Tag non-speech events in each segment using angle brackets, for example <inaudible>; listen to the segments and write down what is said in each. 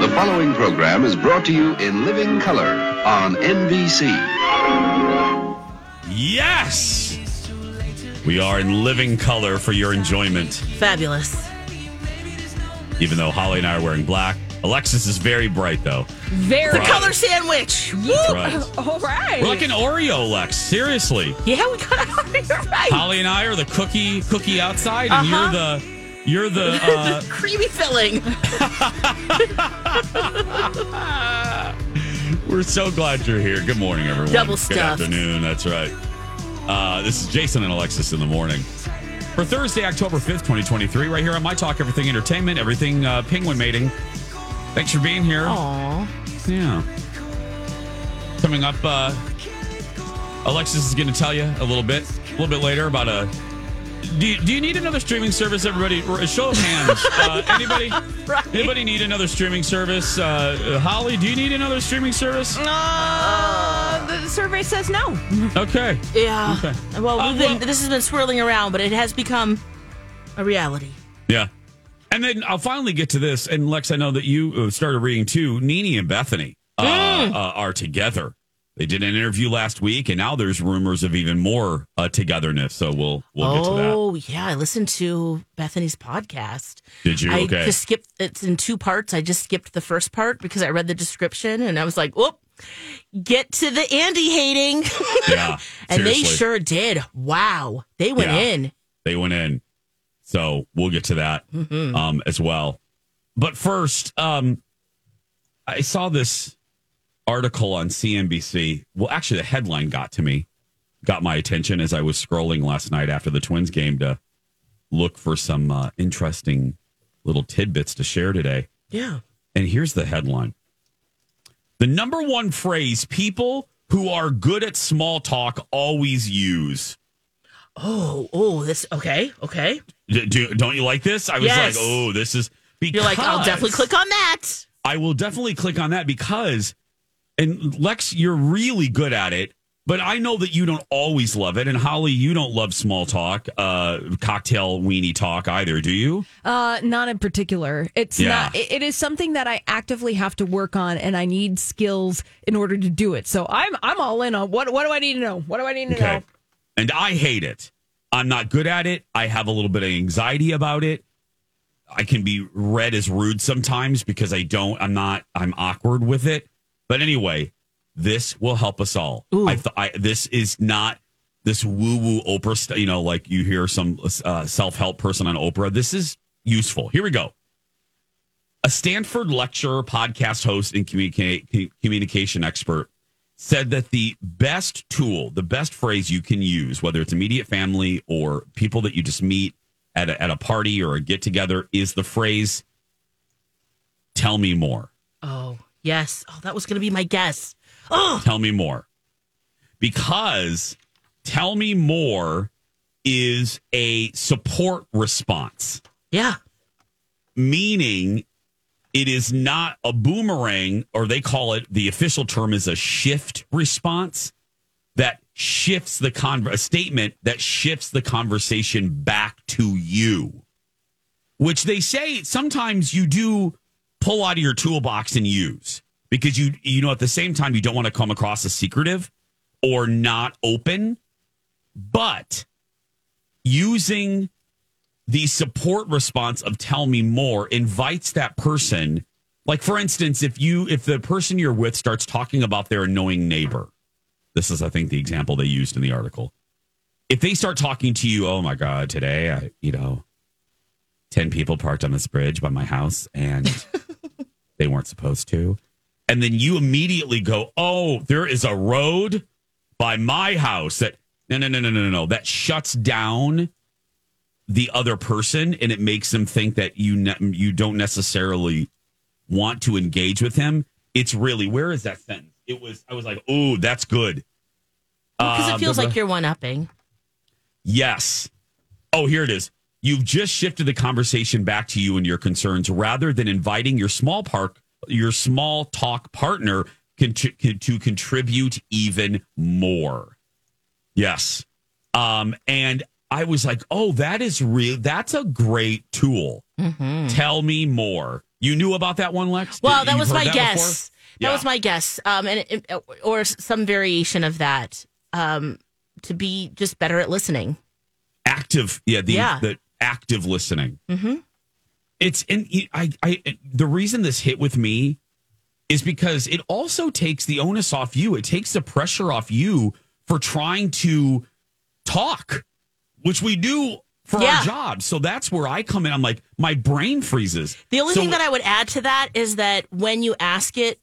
The following program is brought to you in living color on NBC. Yes! We are in living color for your enjoyment, Fabulous. even though Holly and I are wearing black. Alexis is very bright, though. Very. The Right. color sandwich. Woo! right. <laughs> All right. We're like an Oreo, Lex. Seriously. yeah, we got <laughs> it. You're right. Holly and I are the cookie cookie outside, and Uh-huh. you're the you're the uh, Creamy filling. We're so glad you're here. Good morning, everyone. Double Good stuffed. afternoon. That's right. Uh, this is Jason and Alexis in the morning. For Thursday, October 5th, 2023, right here on My Talk Everything Entertainment, Everything uh, Penguin Mating. Thanks for being here. Oh, Aw. Yeah. Coming up, uh, Alexis is going to tell you a little bit, a little bit later about a. Do you, do you need another streaming service, everybody? R- Show of <laughs> hands. Uh, anybody? Anybody need another streaming service? Uh, uh, Holly, do you need another streaming service? Uh, the survey says no. <laughs> Okay. Yeah. Okay. Well, Uh, we've been, well- this has been swirling around, but it has become a reality. Yeah. And then I'll finally get to this. And Lex, I know that you uh, started reading too. Nene and Bethany uh, Mm. uh, are together. They did an interview last week, and now there's rumors of even more uh, togetherness. So we'll we'll get to that. oh, yeah. I listened to Bethany's podcast. Did you? I okay. just skipped. It's in two parts. I just skipped the first part because I read the description and I was like, "Whoop, get to the Andy hating," yeah. <laughs> and they seriously. sure did. Wow, they went Yeah. in. they went in. So we'll get to that um, as well. But first, um, I saw this article on CNBC. Well, actually, the headline got to me, got my attention as I was scrolling last night after the Twins game to look for some uh, interesting little tidbits to share today. Yeah. And here's the headline The number one phrase people who are good at small talk always use. Oh, oh, this. Okay, okay. D- Do, don't you like this? I was like, Yes. oh, this is because You're like, I'll definitely click on that. I will definitely click on that because, and Lex, you're really good at it, but I know that you don't always love it, and Holly, you don't love small talk, uh, cocktail weenie talk either, do you? Uh, not in particular. It's Yeah. not. It, it is something that I actively have to work on, and I need skills in order to do it. So I'm I'm all in on what what do I need to know? What do I need to know? And I hate it. I'm not good at it. I have a little bit of anxiety about it. I can be read as rude sometimes because I don't, I'm not, I'm awkward with it. But anyway, this will help us all. I, th- I This is not this woo woo Oprah, st- you know, like you hear some uh, self help person on Oprah. This is useful. Here we go. A Stanford lecturer, podcast host, and communica- communication expert said that the best tool, the best phrase you can use, whether it's immediate family or people that you just meet at a, at a party or a get together, is the phrase, tell me more, Oh, yes. Oh, that was going to be my guess. Oh, tell me more. Because tell me more is a support response. yeah. meaning it is not a boomerang, or they call it the official term is a shift response that shifts the con a statement that shifts the conversation back to you, which they say sometimes you do pull out of your toolbox and use because you you know at the same time you don't want to come across as secretive or not open, but using the support response of tell me more invites that person like for instance if you if the person you're with starts talking about their annoying neighbor this is i think the example they used in the article if they start talking to you oh my god today i you know 10 people parked on this bridge by my house and they weren't supposed to and then you immediately go oh there is a road by my house that no no no no no no, no that shuts down the other person and it makes them think that you ne- you don't necessarily want to engage with him it's really where is that sentence it was i was like oh that's good Because Uh, it feels blah, like blah. you're one upping. Yes. Oh, here it is. You've just shifted the conversation back to you and your concerns rather than inviting your small park, your small talk partner contri- con- to contribute even more. Yes. Um, and I was like, oh, that is real. That's a great tool. Tell me more. You knew about that one, Lex? Mm-hmm. Well, Did- that you've was heard my before? guess. Yeah. That was my guess. Um, and it, or some variation of that. Um, to be just better at listening. active yeah the, Yeah. the active listening Mhm. it's and you- I, I the reason this hit with me is because it also takes the onus off you it takes the pressure off you for trying to talk which we do for Yeah. our job so that's where i come in i'm like my brain freezes The only So- thing that I would add to that is that when you ask it,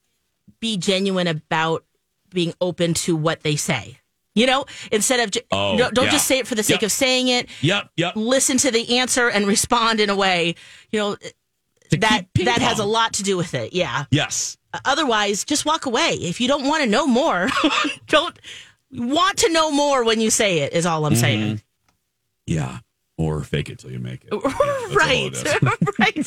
be genuine about being open to what they say. You know, instead of ju- Oh, don't, don't yeah. just say it for the sake Yep. of saying it. yep yep Listen to the answer and respond in a way. You know To that keep ping that has a pong. lot to do with it. Yeah. yes Otherwise, just walk away. If you don't want to know more, <laughs> don't want to know more when you say it. Is all Mm-hmm. I'm saying. yeah or fake it till you <laughs> make it Yeah, that's all it right, is. <laughs>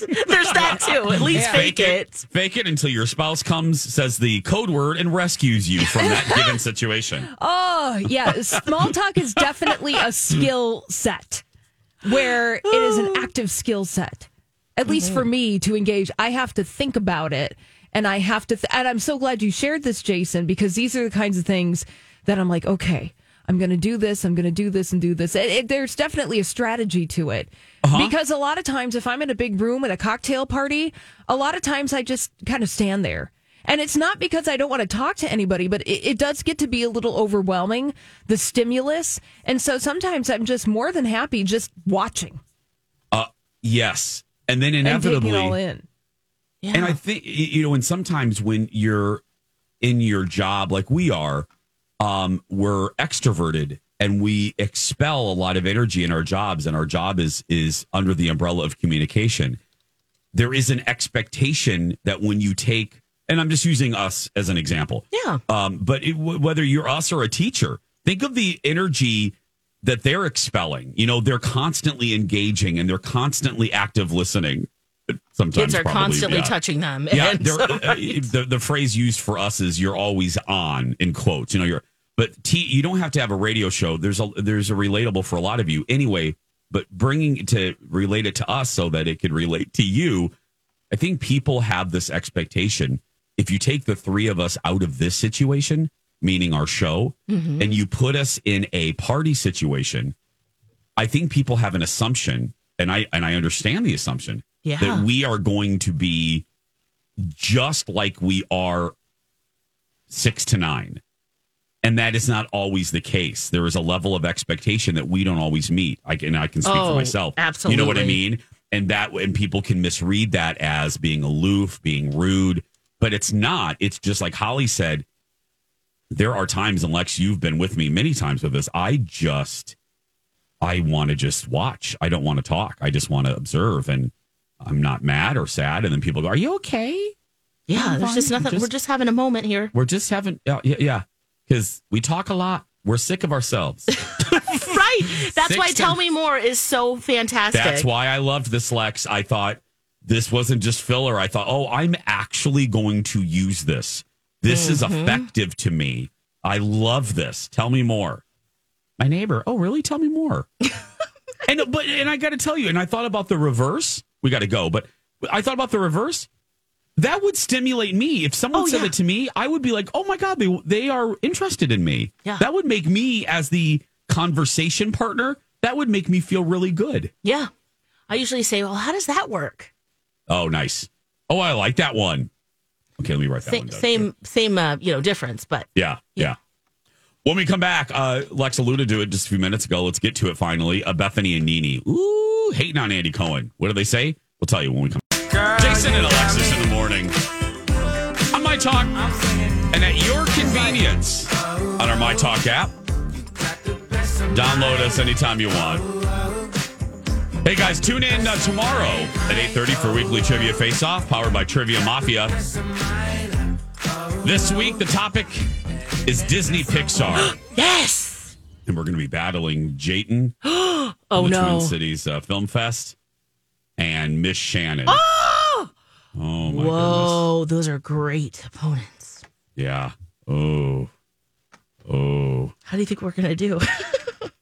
<laughs> right. There's that too. At least fake it. Fake it until your spouse comes, says the code word, and rescues you from <laughs> that given situation. Oh, yeah. Small talk is definitely a skill set where it is an active skill set. At least for me to engage, I have to think about it. And I have to, th- and I'm so glad you shared this, Jason, because these are the kinds of things that I'm like, okay, I'm going to do this, I'm going to do this and do this. It, it, there's definitely a strategy to it. Because a lot of times, if I'm in a big room at a cocktail party, a lot of times I just kind of stand there. And it's not because I don't want to talk to anybody, but it, it does get to be a little overwhelming, the stimulus. And so sometimes I'm just more than happy just watching Uh, Yes. And then and taking inevitably, it all in. Yeah. And I think y- you know, and sometimes when you're in your job like we are, um, we're extroverted and we expel a lot of energy in our jobs, and our job is is under the umbrella of communication. There is an expectation that when you take, and I'm just using us as an example. Yeah. Um, but it, w- whether you're us or a teacher, think of the energy that they're expelling. You know, they're constantly engaging and they're constantly active listening. Sometimes kids are probably, constantly yeah. touching them. Yeah, <laughs> And there, <laughs> so- uh, the the phrase used for us is "you're always on" in quotes. You know, you're but T, you don't have to have a radio show. There's a there's a relatable for a lot of you anyway. But bringing it to relate it to us so that it could relate to you, I think people have this expectation. If you take the three of us out of this situation, meaning our show, Mm-hmm. and you put us in a party situation, I think people have an assumption, and I and I understand the assumption Yeah. that we are going to be just like we are six to nine. And that is not always the case. There is a level of expectation that we don't always meet. I can I can speak for Oh, myself. You know what I absolutely. mean? And that and people can misread that as being aloof, being rude, but it's not. It's just like Holly said, there are times, and Lex, you've been with me many times with this. I just I want to just watch. I don't want to talk. I just want to observe and I'm not mad or sad. And then people go, Are you okay? yeah, there's just nothing. Just- We're just having a <laughs> moment here. We're just having, yeah, yeah, yeah. Because we talk a lot. We're sick of ourselves. right. That's Six why to- Tell Me More is so fantastic. That's why I loved this, Lex. I thought this wasn't just filler. I thought, oh, I'm actually going to use this. This is Mm-hmm. effective to me. I love this. Tell me more. My neighbor, oh, really? Tell me <laughs> more. and but and I got to tell you, and I thought about the reverse. We got to go, but I thought about the reverse. That would stimulate me. If someone Oh, said yeah. it to me, I would be like, "Oh my god, they they are interested in me." Yeah. That would make me as the conversation partner. That would make me feel really good. Yeah. I usually say, well, how does that work? Oh, nice. Oh, I like that one. Okay, let me write that one Same, down. same, same uh, you know, difference, but Yeah, yeah. When we come back, uh, Lex alluded to it just a few minutes ago. Let's get to it finally. Uh, Bethany and Nini. Ooh, hating on Andy Cohen. What do they say? We'll tell you when we come. Jason and Alexis in the morning. On My Talk. And at your convenience on our My Talk app. Download us anytime you want. Hey guys, tune in uh, tomorrow at 8.30 for weekly Trivia Face Off, powered by Trivia Mafia. This week, the topic is Disney Pixar. <gasps> yes. and we're going to be battling Jayton <gasps> Oh from the no. Twin Cities uh, Film Fest and Miss <gasps> Shannon. Oh! Oh, my goodness. Whoa, those are great opponents. Yeah. Oh. Oh. How do you think we're gonna do?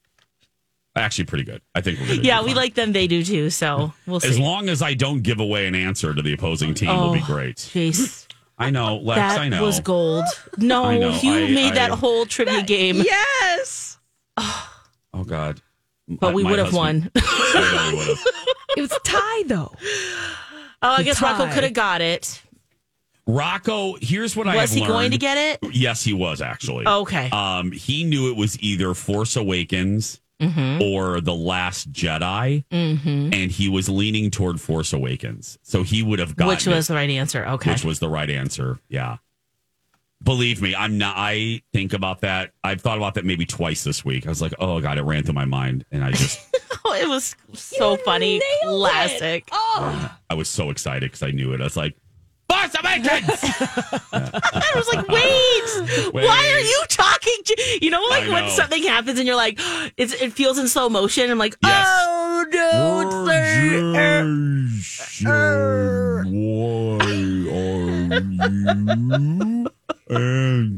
<laughs> Actually, pretty good. I think we're going to yeah, we like them. They do too. So we'll As see. long as I don't give away an answer to the opposing team, will be great. Jeez, <laughs> I know, Lex. Oh. that I know. was gold. No, I know, you I- made I- that whole trivia game, Yes. oh God. but we would have won. oh, would <laughs> have. It was a tie, though. Oh, I guess Rocco tie. could have got it. Rocco. Here's what I Was have he going learned. to get <laughs> Oh, it? Yes, he was actually. Okay. Um, he knew it was either Force Awakens Mm-hmm. or The Last Jedi, and he was leaning toward Force Awakens, so he would have gotten Which was it, the right answer. Okay. which was the right answer. Yeah, believe me, I'm not. I think about that. I've thought about that maybe twice this week. I was like, oh god, it ran through my mind, and I just <laughs> Oh, <laughs> it was so funny. Classic. I was so excited because I knew it. I was like, Force Awakens. I was like, <laughs> wait, Wait. why are you talking? To, <laughs> you know, like I when know. something happens and you're like, <gasps> it's, it feels in slow motion. I'm like, Yes. oh no, sir. er." why are you answering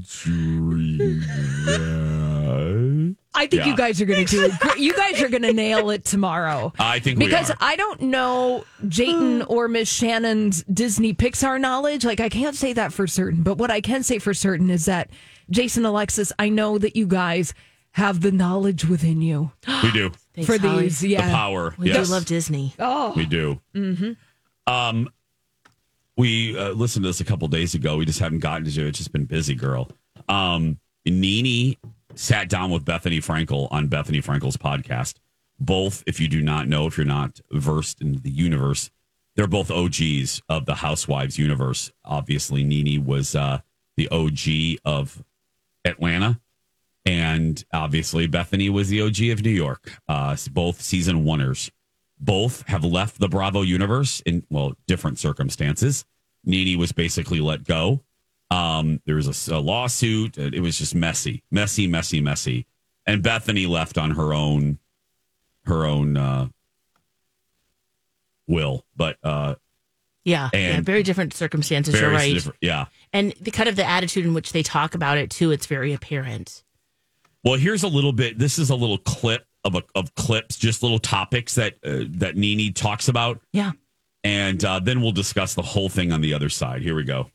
that? I think Yeah. you guys are going to do it. Gr- You guys are going to nail it tomorrow. <laughs> I think because we are. I don't know Jayton or Miss Shannon's Disney Pixar knowledge. Like, I can't say that for certain. But what I can say for certain is that, Jason, Alexis, I know that you guys have the knowledge within you we do. Thanks, for Holly. these. Yeah. The power. Ah, We yes, do love Disney. Oh, we do. Mm-hmm. Um, we uh, listened to this a couple days ago. We just haven't gotten to it. It's just been busy, girl. Um, Nini sat down with Bethany Frankel on Bethany Frankel's podcast. Both, if you do not know, if you're not versed in the universe, they're both OGs of the Housewives universe. Obviously, Nini was uh, the OG of Atlanta. And obviously, Bethany was the OG of New York. Uh, both season oneers. Both have left the Bravo universe in, well, different circumstances. Nene was basically let go. Um, there was a s- a, lawsuit. It was just messy, messy, messy, messy. And Bethany left on her own, her own uh, will. But uh, Yeah. yeah And- very different circumstances. very you're right. different. Yeah. And the kind of the attitude in which they talk about it too, it's very apparent. Well, here's a little bit. This is a little clip of a, of clips, just little topics that uh, that Nene talks about, Yeah. and uh, then we'll discuss the whole thing on the other side. Here we go.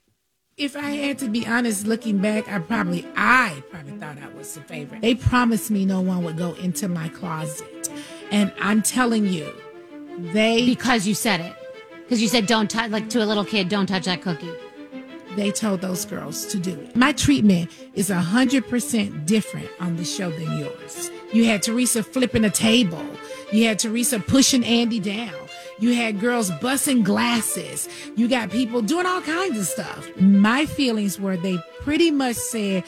If I had to be honest, looking back, I probably, I probably thought I was the favorite. They promised me no one would go into my closet, and I'm telling you, they Because you said it. Because you said, don't touch, like to a little kid, don't touch that cookie. they told those girls to do it. My treatment is a hundred percent different on the show than yours. You had Teresa flipping a table. You had Teresa pushing Andy down. You had girls busting glasses. You got people doing all kinds of stuff. My feelings were they pretty much said,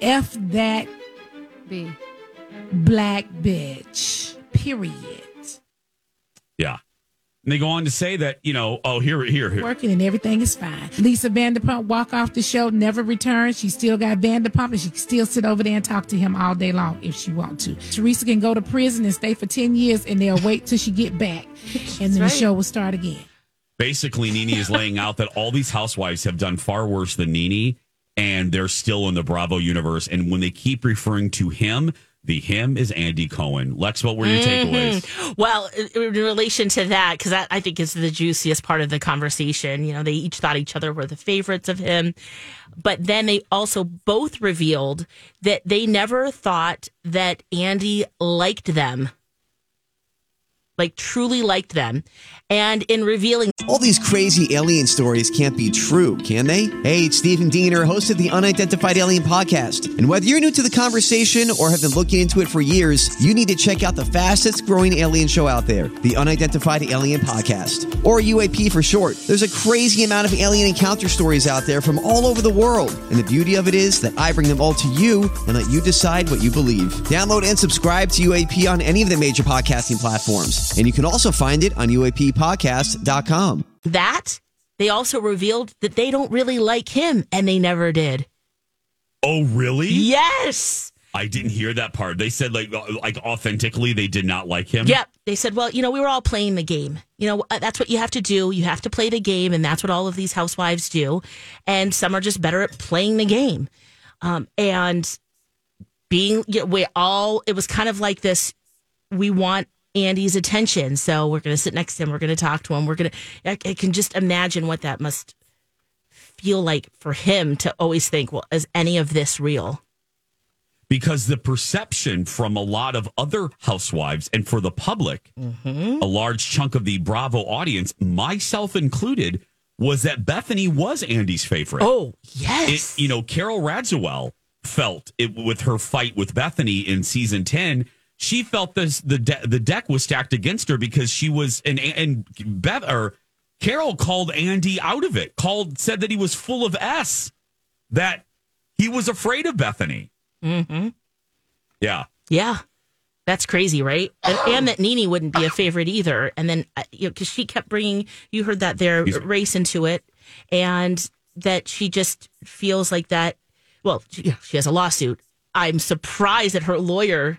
"F that B. black bitch. Period. Yeah, and they go on to say that you know, oh, here, here, here. Working and everything is fine. Lisa Vanderpump walk off the show, never return. She still got Vanderpump, and she can still sit over there and talk to him all day long if she want to. Teresa can go to prison and stay for ten years, and they'll wait till she get <laughs> back, and then the show will start again. Basically, Nene is laying out that all these housewives have done far worse than Nene, and they're still in the Bravo universe. And when they keep referring to him, the him is Andy Cohen. Lex, what were your takeaways? Well, in in relation to that, because that I think is the juiciest part of the conversation. You know, they each thought each other were the favorites of him, but then they also both revealed that they never thought that Andy liked them. like truly liked them. And in revealing All these crazy alien stories can't be true, can they? Hey, it's Stephen Diener, host of the Unidentified Alien Podcast. And whether you're new to the conversation or have been looking into it for years, you need to check out the fastest growing alien show out there, the Unidentified Alien Podcast, or UAP for short. There's a crazy amount of alien encounter stories out there from all over the world. And the beauty of it is that I bring them all to you and let you decide what you believe. Download and subscribe to UAP on any of the major podcasting platforms. And you can also find it on UAPpodcast.com. that, they also revealed that they don't really like him and they never did. Oh, really? Yes. I didn't hear that part. They said like like authentically they did not like him. Yep. They said, well, you know, we were all playing the game. You know, uh, that's what you have to do. You have to play the game, and that's what all of these housewives do. And some are just better at playing the game. Um, and being, you know, we all, it was kind of like this we want Andy's attention. So we're going to sit next to him. We're going to talk to him. We're going to, I I can just imagine what that must feel like for him to always think, well, is any of this real? Because the perception from a lot of other housewives and for the public, a large chunk of the Bravo audience, myself included, was that Bethany was Andy's favorite. Oh, it, yes. you know, Carol Radziwill felt it with her fight with Bethany in season 10. She felt this, the de- the deck was stacked against her because she was and and Beth or Carol called Andy out of it. Called said that he was full of s that he was afraid of Bethany. hmm Yeah. Yeah. That's crazy, right? And, and that Nini wouldn't be a favorite either. And then, uh, you know, because she kept bringing, you heard that there, Excuse me. race into it. And that she just feels like that. Well, she, yeah, she has a lawsuit. I'm surprised that her lawyer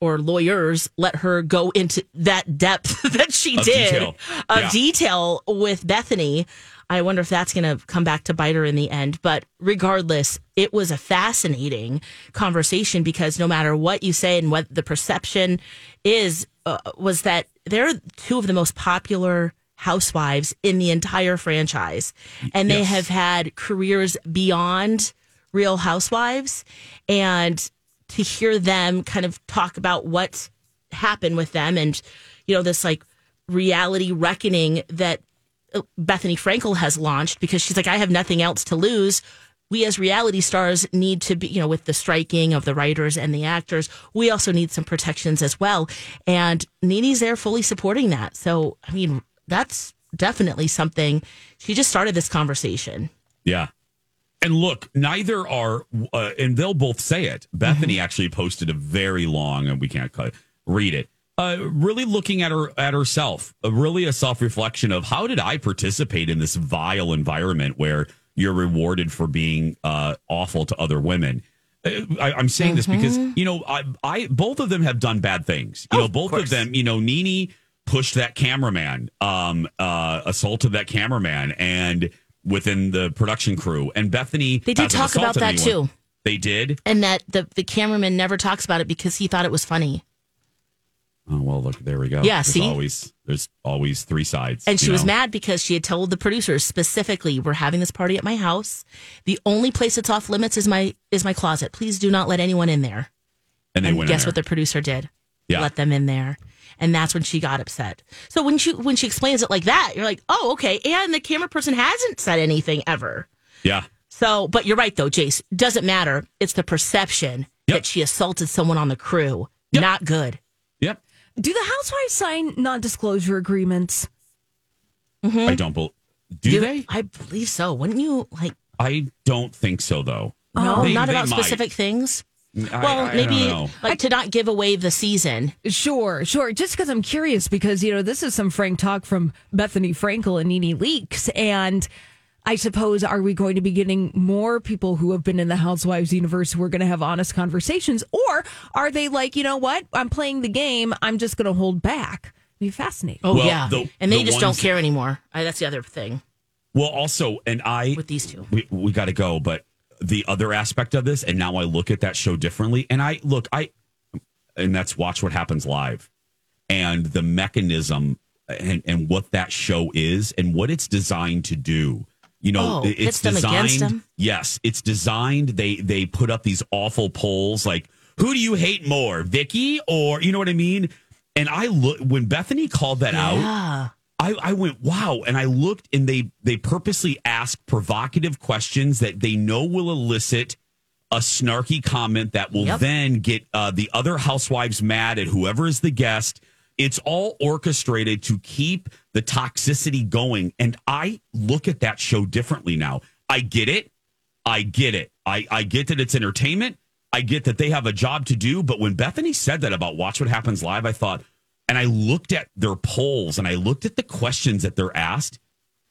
or lawyers let her go into that depth <laughs> that she Of did detail. of Yeah. detail with Bethany. I wonder if that's going to come back to bite her in the end. But regardless, it was a fascinating conversation because no matter what you say and what the perception is, uh, was that they're two of the most popular housewives in the entire franchise. And they Yes. have had careers beyond Real Housewives. And to hear them kind of talk about what happened with them and, you know, this like reality reckoning that uh, Bethany Frankel has launched because she's like, I have nothing else to lose. We as reality stars need to be, you know, with the striking of the writers and the actors, we also need some protections as well. And Nini's there fully supporting that. So, I mean, that's definitely something. She just started this conversation. Yeah. And look, neither are, uh, and they'll both say it. Bethany actually posted a very long, and we can't cut, read it. Uh, really looking at her at herself, uh, really a self reflection of how did I participate in this vile environment where you're rewarded for being uh, awful to other women. Uh, I, I'm saying this because Mm-hmm. you know I, I both of them have done bad things. You know, both of them. You know, Nini pushed that cameraman, um, uh, assaulted that cameraman, and within the production crew. And Bethany, They did hasn't talk about assaulted that, anyone. too. They did. And that the, the cameraman never talks about it because he thought it was funny. Oh well, look there we go. Yeah, There's see? always there's always three sides. And she you was know? mad because she had told the producers specifically, "We're having this party at my house. The only place that's off limits is my is my closet. Please do not let anyone in there." And they and went. in guess what the there. producer did? Yeah. Let them in there. And that's when she got upset. So when she when she explains it like that, you're like, "Oh, okay." And the camera person hasn't said anything ever. Yeah. So, but you're right though, Jace. Doesn't matter. It's the perception Yep. that she assaulted someone on the crew. Not good. Yep. Do the housewives sign non-disclosure agreements? Mm-hmm. I don't believe. Do, You- they? I believe so. Wouldn't you like I don't think so, though. no, They- Oh, not they about might. specific things? I- well, I don't maybe know. like to not give away the season. Sure, sure. Just because I'm curious, because you know this is some frank talk from Bethany Frankel and Nene Leaks, and I suppose are we going to be getting more people who have been in the Housewives universe who are going to have honest conversations, or are they like, you know what, I'm playing the game, I'm just going to hold back? Be fascinating. Oh Well, yeah, the- and they the just don't ones- care anymore. I, that's the other thing Well, also, and I with these two. we, we got to go, but the other aspect of this, and now I look at that show differently. And I look, I, and that's watch what happens live and the mechanism and, and what that show is and what it's designed to do. You know, Oh, it- it's pits them designed. against them? Yes, it's designed. They they put up these awful polls like, who do you hate more, Vicky or you know what I mean? And I look when Bethany called that out. I, I went wow, and I looked, and they they purposely ask provocative questions that they know will elicit a snarky comment that will Yep. then get uh, the other housewives mad at whoever is the guest. It's all orchestrated to keep the toxicity going, and I look at that show differently now. I get it. I get it. I, I get that it's entertainment. I get that they have a job to do. But when Bethany said that about Watch What Happens Live, I thought, and I looked at their polls and I looked at the questions that they're asked.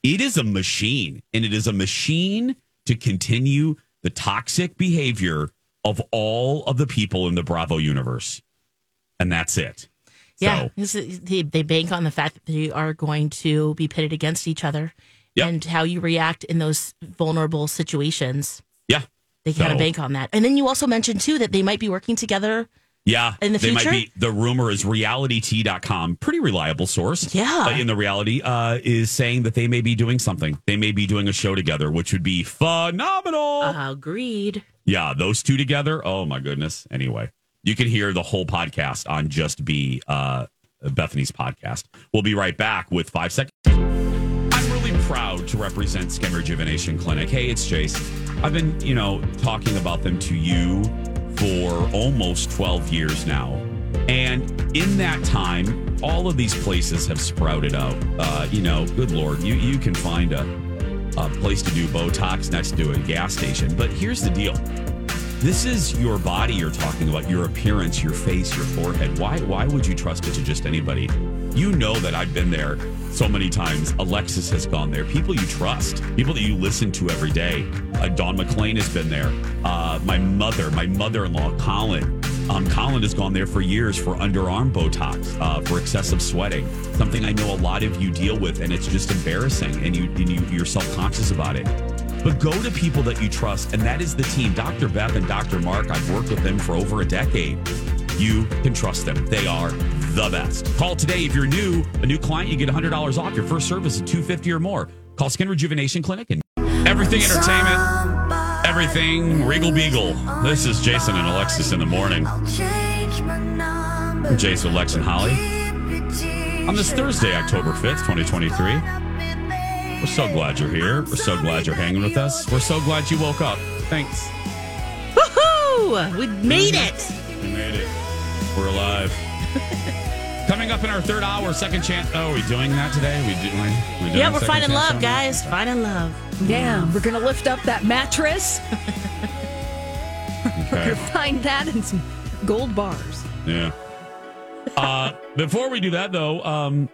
It is a machine, and it is a machine to continue the toxic behavior of all of the people in the Bravo universe. And that's it. Yeah, So, this is- they, they bank on the fact that they are going to be pitted against each other, Yep. and how you react in those vulnerable situations. yeah. They kind So- of bank on that. And then you also mentioned too that they might be working together. Yeah. In the they future? might be the rumor is realityt.com, pretty reliable source. Yeah. Uh, in the reality uh, is saying that they may be doing something. They may be doing a show together, which would be phenomenal. Agreed. Yeah, those two together. Oh my goodness. Anyway, you can hear the whole podcast on just be uh, Bethany's podcast. We'll be right back with five seconds. I'm really proud to represent Skin Rejuvenation Clinic. Hey, it's Jason. I've been, you know, talking about them to you for almost 12 years now. And in that time, all of these places have sprouted up. Uh, you know, good Lord, you, you can find a, a place to do Botox next to a gas station. But here's the deal. This is your body you're talking about, your appearance, your face, your forehead. Why why would you trust it to just anybody? You know that I've been there so many times. Alexis has gone there. People you trust, people that you listen to every day. Uh, Don McLean has been there. Uh, my mother, my mother-in-law, Colin. Um, Colin has gone there for years for underarm Botox, uh, for excessive sweating, something I know a lot of you deal with, and it's just embarrassing, and you and you, you're self-conscious about it. But go to people that you trust, and that is the team. Dr. Beth and Dr. Mark, I've worked with them for over a decade. You can trust them. They are the best. Call today if you're new, a new client, you get $100 off your first service at 250 or more. Call Skin Rejuvenation Clinic and everything entertainment, everything Regal Beagle. This is Jason and Alexis in the morning. I'm Jason, Lex, and Holly. On this Thursday, October 5th, 2023. We're so glad you're here. We're so glad you're hanging with us. We're so glad you woke up. Thanks. Woohoo! Uh, We made it. We made it. We're alive. <laughs> Coming up in our third hour, second chance. Oh, are we doing that today? We do, we, we doing Yeah, we're second finding chance love, song? guys. Finding love. Damn, we're gonna lift up that mattress. We're Okay. gonna find that and some gold bars. Yeah. Uh, <laughs> before we do that, though, um,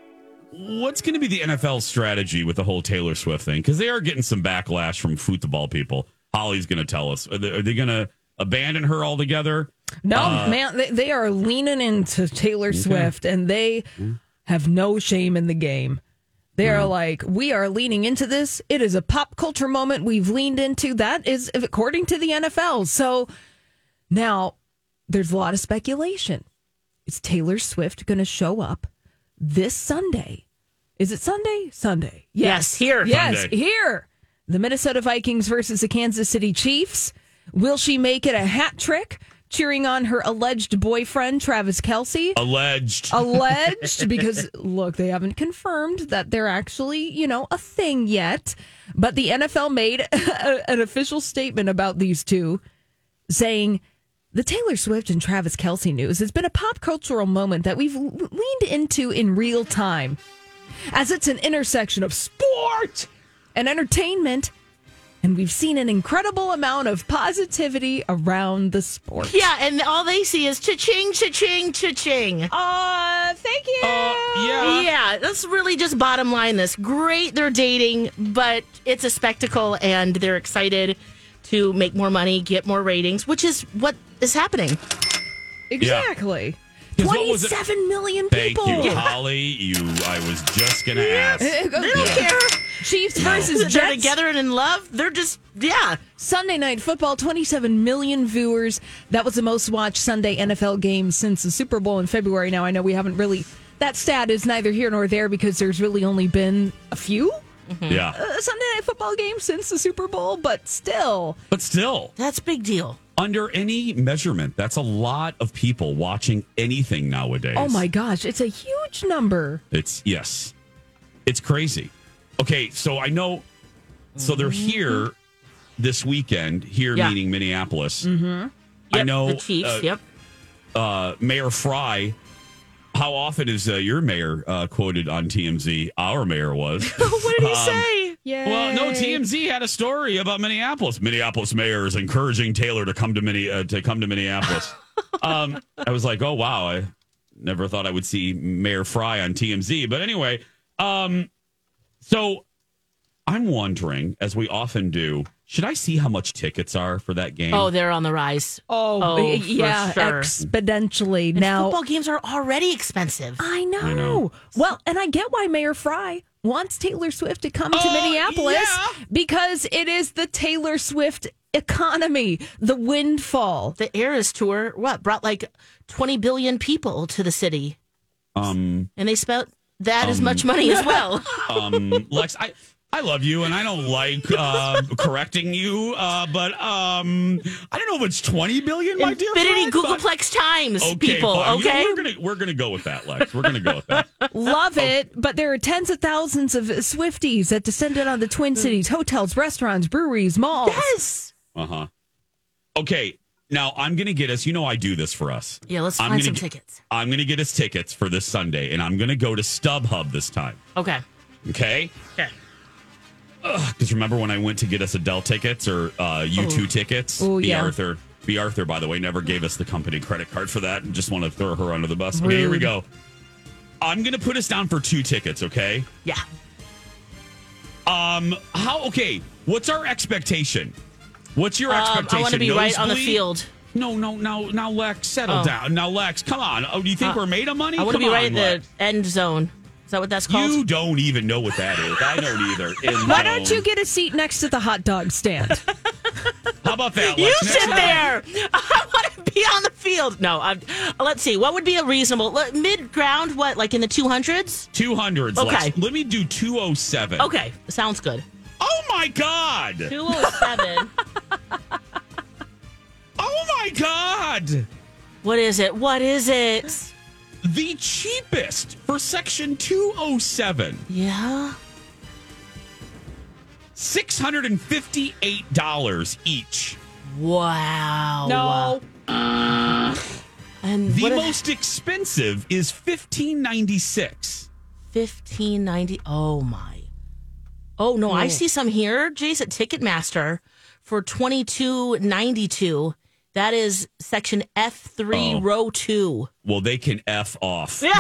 what's going to be the NFL strategy with the whole Taylor Swift thing? Because they are getting some backlash from football people. Holly's going to tell us. Are they, are they going to abandon her altogether? No, man, they, they are leaning into Taylor Swift and they have no shame in the game. They are like, we are leaning into this. It is a pop culture moment we've leaned into. That is according to the NFL. So now there's a lot of speculation. Is Taylor Swift going to show up this Sunday? Is it Sunday? Sunday. Yes, here. Yes, Sunday. here. The Minnesota Vikings versus the Kansas City Chiefs. Will she make it a hat trick? Cheering on her alleged boyfriend, Travis Kelsey. Alleged. Alleged, because look, they haven't confirmed that they're actually, you know, a thing yet. But the NFL made <laughs> a, an official statement about these two saying the Taylor Swift and Travis Kelsey news has been a pop cultural moment that we've l- leaned into in real time, as it's an intersection of sport and entertainment, and we've seen an incredible amount of positivity around the sport. Yeah, and all they see is cha-ching, cha-ching, cha-ching. Uh, thank you. yeah. Yeah, that's really just bottom line this. Great, they're dating, but it's a spectacle and they're excited to make more money, get more ratings, which is what is happening. exactly. 'Cause what was it- Twenty-seven million Thank people. you, Holly. You, I was just gonna <laughs> ask. <laughs> They They don't care. Chiefs versus Jets. They're together and in love. They're just, yeah. Sunday Night Football, 27 million viewers. That was the most watched Sunday NFL game since the Super Bowl in February. Now, I know we haven't really, that stat is neither here nor there because there's really only been a few Yeah, Mm-hmm. uh, Sunday Night Football games since the Super Bowl, but still, but still, That's a big deal. under any measurement. That's a lot of people watching anything nowadays. Oh my gosh, it's a huge number. It's yes. It's crazy. Okay, so I know so they're here this weekend, here Mm-hmm. Yeah. Mm-hmm. meeting Minneapolis. I Yep, know the Chiefs. uh, yep. uh, Mayor Fry. How often is uh, your mayor uh, quoted on TMZ? Our mayor <laughs> was. <laughs> What did he um, say? Well, no, TMZ had a story about Minneapolis. Minneapolis mayor is encouraging Taylor to come to Minne- uh, to come to Minneapolis. um, I was like, oh wow, I never thought I would see Mayor Fry on TMZ. But anyway, um, so I'm wondering, as we often do, should I see how much tickets are for that game? Oh, they're on the rise. Oh, Oh, y- for yeah, sure. exponentially And now. football games are already expensive. I know. know. Well, and I get why Mayor Fry wants Taylor Swift to come to Oh, Minneapolis yeah. because it is the Taylor Swift economy, the windfall. <laughs> The Eras tour, what brought like 20 billion people to the city, um. and they spent that as much money <laughs> as well. um, Lex, I, I love you, and I don't like uh, correcting you, uh, but um, I don't know if it's twenty billion, my dear. Infinity friend, but- Googleplex times, Okay, people. fine. You know, okay, we're gonna we're gonna go with that, Lex. We're gonna go with <laughs> that. Love it, but there are tens of thousands of Swifties that descended on the Twin Mm. Cities, hotels, restaurants, breweries, malls. yes. Uh huh. Okay, now I'm gonna get us. You know, I do this for us. Yeah, let's I'm find gonna some get- tickets. I'm gonna get us tickets for this Sunday, and I'm gonna go to StubHub this time. Okay. Okay. Okay. Because remember when I went to get us Adele tickets or uh, U2 tickets? Oh, B. yeah. Arthur. B. Arthur, by the way, never gave us the company credit card for that. Just want to throw her under the bus. Okay, here we Rude. go. I'm going to put us down for two tickets, okay? Yeah. Um, how, okay, what's our expectation? What's your Um, expectation? I want to be right on the Nosebleed? field. No, no, now, now, Lex, settle Oh. down. Now, Lex, come on. Oh, do you think Uh, we're made of money? I want to Come be right on, in the Lex. end zone. Is that what that's called? You don't even know what that is. I don't <laughs> either. End Why don't zone. you get a seat next to the hot dog <laughs> stand? How about that, Lex? You Next sit time- there. <laughs> I want to be on the field. No, I'm, uh, let's see. What would be a reasonable mid ground? What, like in the 200s? Two hundreds. Okay. Lex. Let me do two oh seven. Okay, <laughs> sounds good. Oh my god. 207. Oh my god. what is it? What is it? The cheapest for section two oh seven. Yeah. Six hundred and fifty eight dollars each. Wow. <laughs> And The what if- most expensive is fifteen ninety six. 1590. Oh my. Oh no, I see some here, Jay's at Ticketmaster for 2292. That is section F3 Oh. row 2. Well, they can F off. Oh,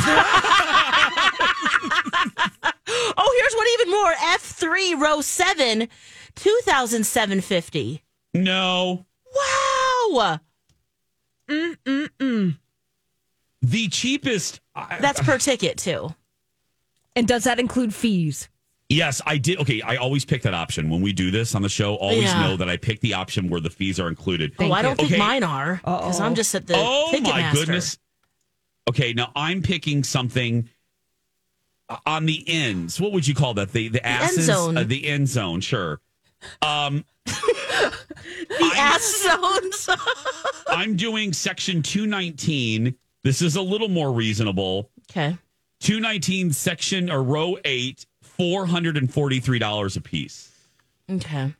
here's one even more. F3 row 7 2750. No. Wow. The cheapest I, That's per ticket too. and does that include fees? Yes, I did. Okay, I always pick that option when we do this on the show. Always Yeah. know that I pick the option where the fees are included. oh, I don't think Okay. mine are cuz I'm just at the Oh Ticketmaster. my goodness. Okay, now I'm picking something on the ends. What would you call that? The the asses, zone. Uh, the end zone. <laughs> Sure. Um, The ass zones. I'm doing section 219. This is a little more reasonable. <laughs> okay. 219 section or row eight, four hundred and forty three dollars a piece. Okay.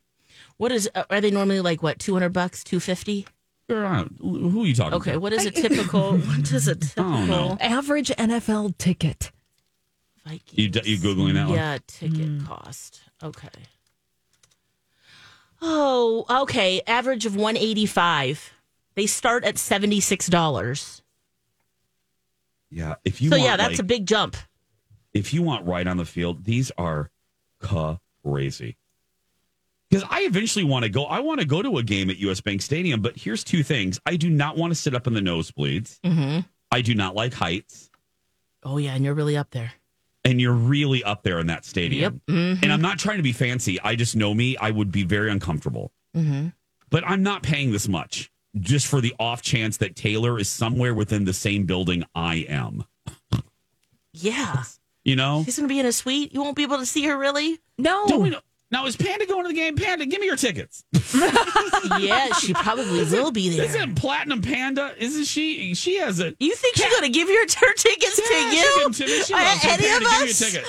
What is uh, are they normally like what 200 bucks, 250? You're on- Who are you talking? Okay, To? what is a <laughs> typical? What is a typical know. Average NFL ticket. Vikings? You you googling that one? yeah, ticket cost. Okay. Oh, okay. Average of one eighty five. They start at seventy six dollars. Yeah. If you So want, yeah, that's like- a big jump. if you want right on the field, these are crazy. Because I eventually want to go. I want to go to a game at US Bank Stadium, but here's two things: I do not want to sit up in the nosebleeds. Mhm. I do not like heights, Oh yeah, and you're really up there. and you're really up there in that stadium. Yep. Mhm. And I'm not trying to be fancy. I just know me. I would be very uncomfortable. Mm-hmm. But I'm not paying this much just for the off chance that Taylor is somewhere within the same building I am. Yeah, You know. she's gonna be in a suite. You won't be able to see her really. No. Don't we know- Now is Panda going to the game? Panda, give me your tickets. <laughs> yeah, she probably will be there. Isn't Platinum Panda? Isn't she? She has a. You think she's gonna give your her tickets Yeah, to she you? can- she- she Uh, loves her. any Panda, of give me a us? ticket.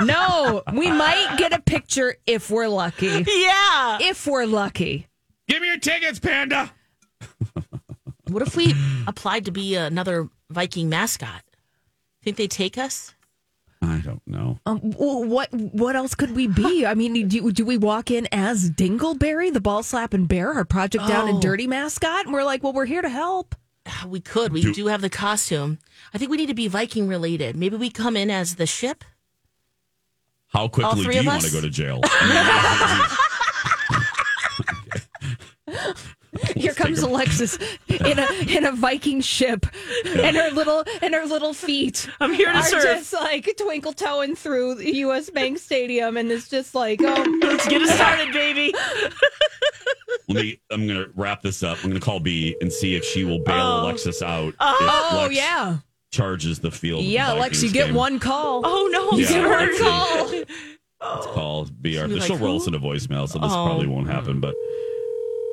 No, we might get a picture if we're <laughs> lucky. Yeah. If we're lucky. Give me your tickets, Panda. What if we applied to be another Viking mascot? Think they take us? I don't know. Um, w- what what else could we be? I mean, do, do we walk in as Dingleberry, the ball slapping bear, our Project Down and Oh. Dirty mascot? And we're like, well, we're here to help. Uh, We could. We Do- do, have the costume. I think we need to be Viking related. Maybe we come in as the ship. How quickly do three you of want to us? go to jail? <laughs> I here comes take a- Alexis in a in a Viking ship, and her little and her little feet I'm here are just like twinkle toeing through the U.S. Bank Stadium, and it's just like, oh, Let's get it started, baby. mean, let me. I'm gonna wrap this up. I'm gonna call B and see if she will bail Alexis out. if oh Lex yeah, charges the field. yeah, Vikings Lex, you get game. one call. Oh no, Yeah. Sorry. Let's see. call. <laughs> call BR. She'll be like, She'll roll us "Who?" into voicemail, so this Oh. probably won't happen. But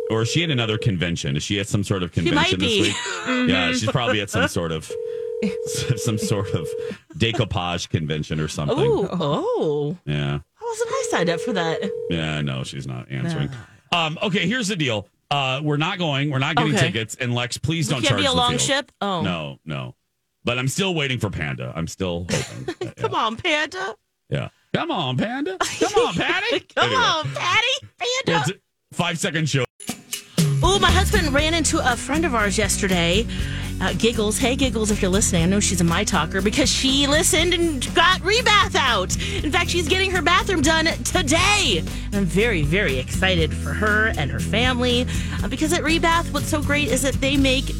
or is she at another convention? Is she at some sort of might convention this be. week? Yeah, she's probably at some sort of <laughs> some sort of decoupage convention or something. Oh, oh. Yeah, How wasn't I signed up for that? yeah. No, she's not answering. Um, okay, here's the deal. Uh, we're not going. We're not getting Okay. tickets. And Lex, please We don't can't charge be a the long field. ship. Oh, No, no. But I'm still waiting for Panda. I'm still hoping. <laughs> that- yeah. Come on, Panda. Yeah. Come on, <laughs> Panda. Come on, Patty. Come Anyway, on, Patty. Panda. it's a five second show. Oh, my husband ran into a friend of ours yesterday. Uh, Giggles, hey Giggles, if you're listening, I know she's a my talker because she listened and got rebath out. In fact, she's getting her bathroom done today. And I'm very, very excited for her and her family uh, because at Rebath, what's so great is that they make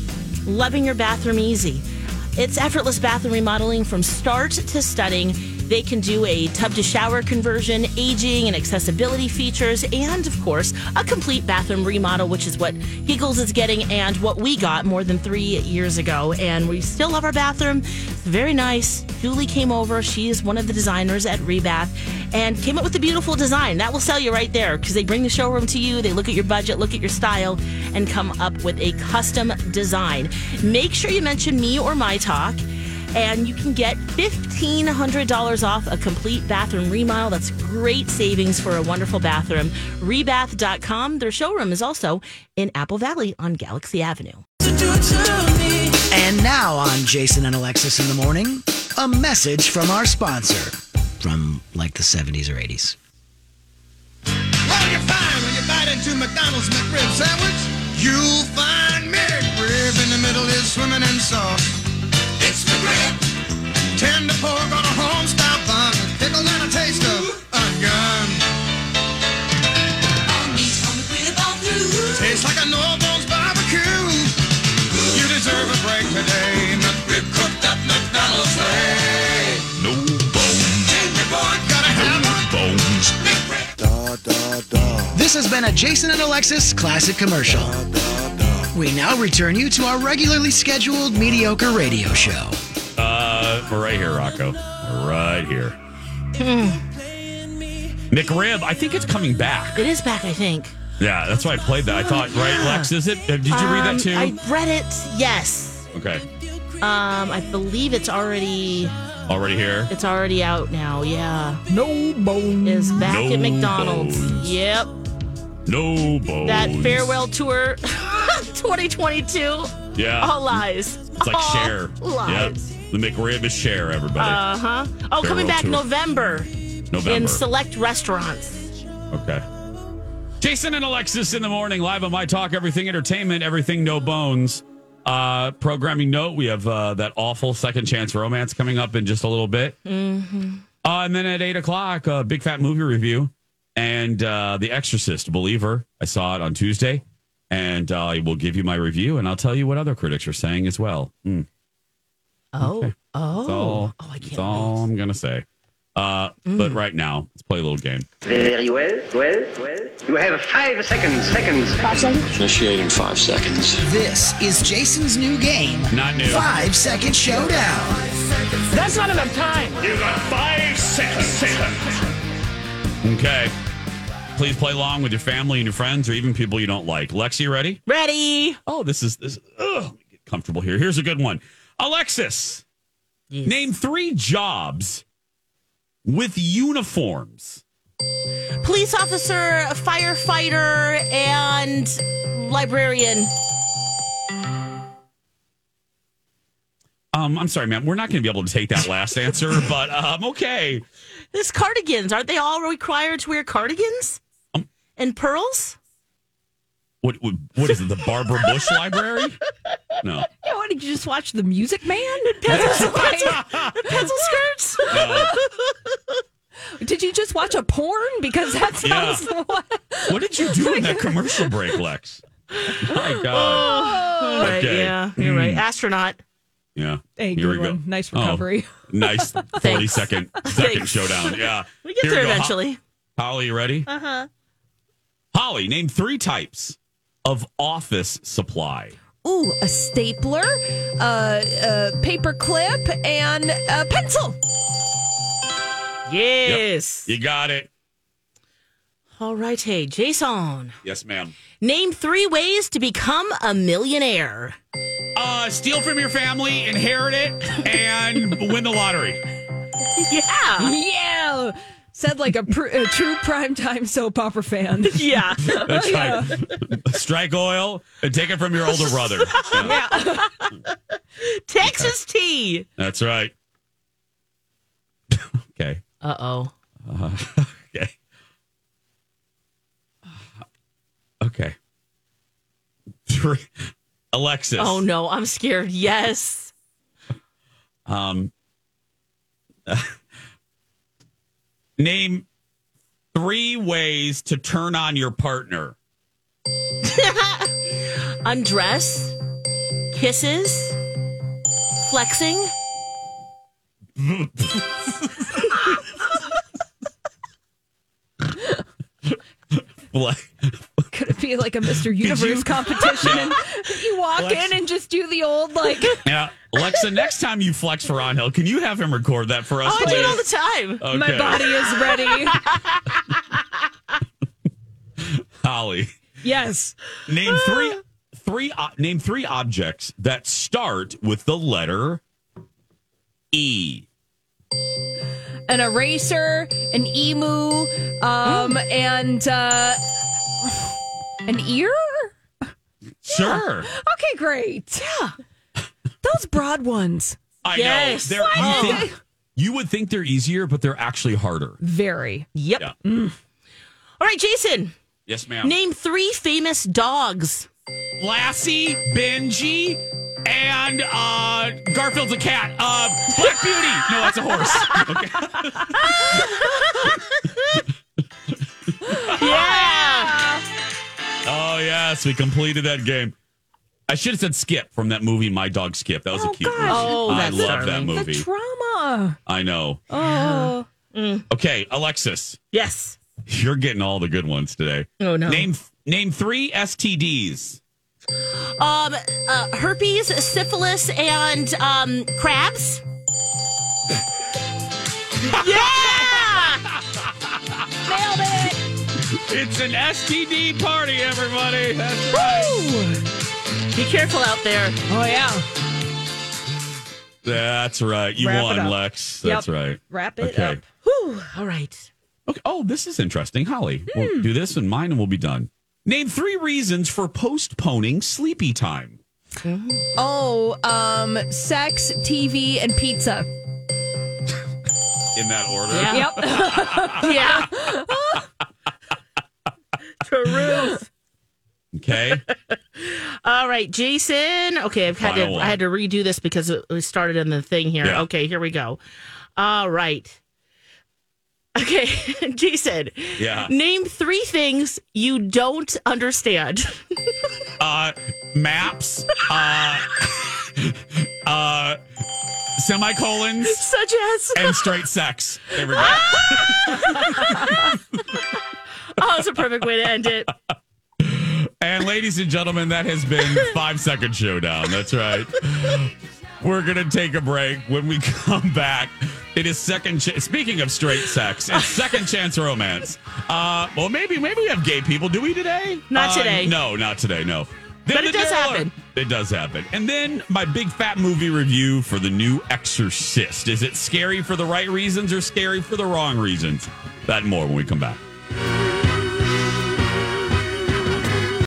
loving your bathroom easy. It's effortless bathroom remodeling from start to stunning. They can do a tub to shower conversion, aging and accessibility features, and of course, a complete bathroom remodel, which is what Giggles is getting and what we got more than three years ago. And we still love our bathroom. It's very nice. Julie came over. She is one of the designers at Rebath and came up with a beautiful design. That will sell you right there because they bring the showroom to you, they look at your budget, look at your style, and come up with a custom design. Make sure you mention me or my talk. And you can get $1,500 off a complete bathroom remodel. That's great savings for a wonderful bathroom. Rebath.com. Their showroom is also in Apple Valley on Galaxy Avenue. And now on Jason and Alexis in the morning, a message from our sponsor from like the 70s or 80s. Well, you're fine when you bite into McDonald's McRib sandwich. You'll find McRib in the middle is swimming in sauce. It's McRib. Tender pork on a home-style bun, with pickle and a taste of onion. Tastes like a no-bones barbecue. You deserve a break today. McRib cooked up McDonald's way. No bones, Tender pork, gotta have a bones. McRib. This has been a Jason and Alexis classic commercial. We now return you to our regularly scheduled mediocre radio show. Uh, we're right here, Rocco. We're Right here. Hmm. McRib, I think it's coming back. It is back, I think. Yeah, that's why I played that. I thought, right, Lex, is it? Did you read that Um, too? I read it, yes. okay, Um, I believe it's already already here. it's already out now, yeah. No bones. Is back No at McDonald's. bones. Yep. No bones. That farewell tour <laughs> 2022. Yeah, All lies. it's like All share. Lies. The McRib is share. Everybody. Uh huh. Oh, Farewell coming back tour. November, November. in select restaurants. okay. Jason and Alexis in the morning, live on My Talk, Everything Entertainment, Everything No Bones. Uh, programming note: We have uh, that awful Second Chance Romance coming up in just a little bit. Mm-hmm. Uh, and then at eight o'clock, a big fat movie review and uh, The Exorcist Believer. I saw it on Tuesday, and uh, I will give you my review, and I'll tell you what other critics are saying as well. Mm, Oh, oh, that's all, oh! I that's can't. Mm. all I'm gonna say. Uh, But right now, let's play a little game. Very well, well, well. You have five seconds, seconds. Initiate in five seconds. This is Jason's new game, Not new. Ah. Five Second Showdown. That's not enough time. You got five seconds. Okay. Please play along with your family and your friends, or even people you don't like. Lexi, ready? Ready. Oh, this is this. Ugh, let me get comfortable here. Here's a good one. Alexis, name three jobs with uniforms. Police officer, firefighter, and librarian. Um, I'm sorry, ma'am. We're not going to be able to take that <laughs> last answer, but um, okay. This cardigans. Aren't they all required to wear cardigans? Um. and pearls? What, what what is it? The Barbara Bush Library? No. Yeah, what did you just watch? The Music Man? <laughs> <laughs> The pencil skirts? No. Did you just watch a porn? Because that Yeah. sounds <laughs> what. What did you do <laughs> in that commercial break, Lex? My God. Oh, right, Okay. yeah, you're right. Mm. Astronaut. Yeah. Hey, Here good we go. one. Nice Oh, recovery. <laughs> nice 40 second second Thanks. showdown. Yeah. <laughs> We get Here there go. Ho- eventually. Holly, you ready? Uh huh. Holly, name three types of office supply. Ooh, a stapler, uh, a paper clip, and a pencil. Yes. You got it. All right, hey, Jason. Yes, ma'am. Name three ways to become a millionaire. Uh, steal from your family, inherit it, and win the lottery. <laughs> Yeah. Yeah. Said like a, pr- a true primetime soap opera fan. <laughs> Yeah. <laughs> That's Oh, right. <laughs> Strike oil and take it from your older brother. <laughs> Yeah, Texas tea. that's right. <laughs> okay. Uh oh. Uh, okay. Okay. Three. Alexis. Oh no, I'm scared. Yes. Um, name three ways to turn on your partner. Undress, kisses, flexing. Like, Could it be like a Mr. Universe you- competition? <laughs> Yeah. And you walk Lex- in and just do the old like. yeah, <laughs> Alexa. Next time you flex for Ron Hill, can you have him record that for us? Oh, I do it all please? the time. Okay. My body <laughs> is ready. Holly, yes. name Ah. three, three, o- name three objects that start with the letter E. An eraser, an emu, um, and uh, an ear? <gasps> Sure, <laughs> Okay, great. Yeah. Those broad ones. I Yes. Oh. know. They're- You, think, you would think they're easier, but they're actually harder. Very. Yep. Mm. Yeah. All right, Jason. Yes, ma'am. Name three famous dogs. Lassie, Benji, and uh, Garfield's a cat. Uh, Black Beauty. No, that's a <laughs> horse. Okay. Yeah. Oh yes, we completed that game. I should have said Skip from that movie, My Dog Skip. That was a cute gosh. movie. Oh, I that's love that darling. The movie. drama. I know. Oh. Okay, Alexis, Yes. you're getting all the good ones today. Oh no. Name name three STDs. Um, uh, herpes, syphilis, and um, <laughs> crabs. yeah. Nailed it. It's an STD party, everybody. That's right. Woo! Be careful out there. Oh, yeah. That's right. You Wrap it won, up. Lex. That's Yep. right. Wrap it Okay. up. Whew. All right. Okay. Oh, this is interesting. Holly, Hmm. we'll do this and mine and we'll be done. Name three reasons for postponing sleepy time. Oh, um, sex, TV, and pizza. In that order. Yeah. Yep. <laughs> Yeah. <laughs> Truth. <laughs> Okay. All right, Jason. Okay, I've had Final to, one. I had to redo this because it it started in the thing here. Yeah. Okay, here we go. All right. Okay, <laughs> Jason. Yeah. Name three things you don't understand. <laughs> Uh, maps. Uh, <laughs> uh, semicolons Such as and straight sex. There we go. Oh, it's a perfect way to end it. And ladies and gentlemen, that has been Five Second Showdown. That's right. We're going to take a break. When we <laughs> come back, It is second. Ch- Speaking of straight sex, it's second chance romance. Uh, well, maybe maybe we have gay people. Do we today? Not Uh, today. No, not today. No. Then But it the does Daryl Ar- happen. It does happen. And then my big fat movie review for the new Exorcist. Is it scary for the right reasons or scary for the wrong reasons? That and more when we come back.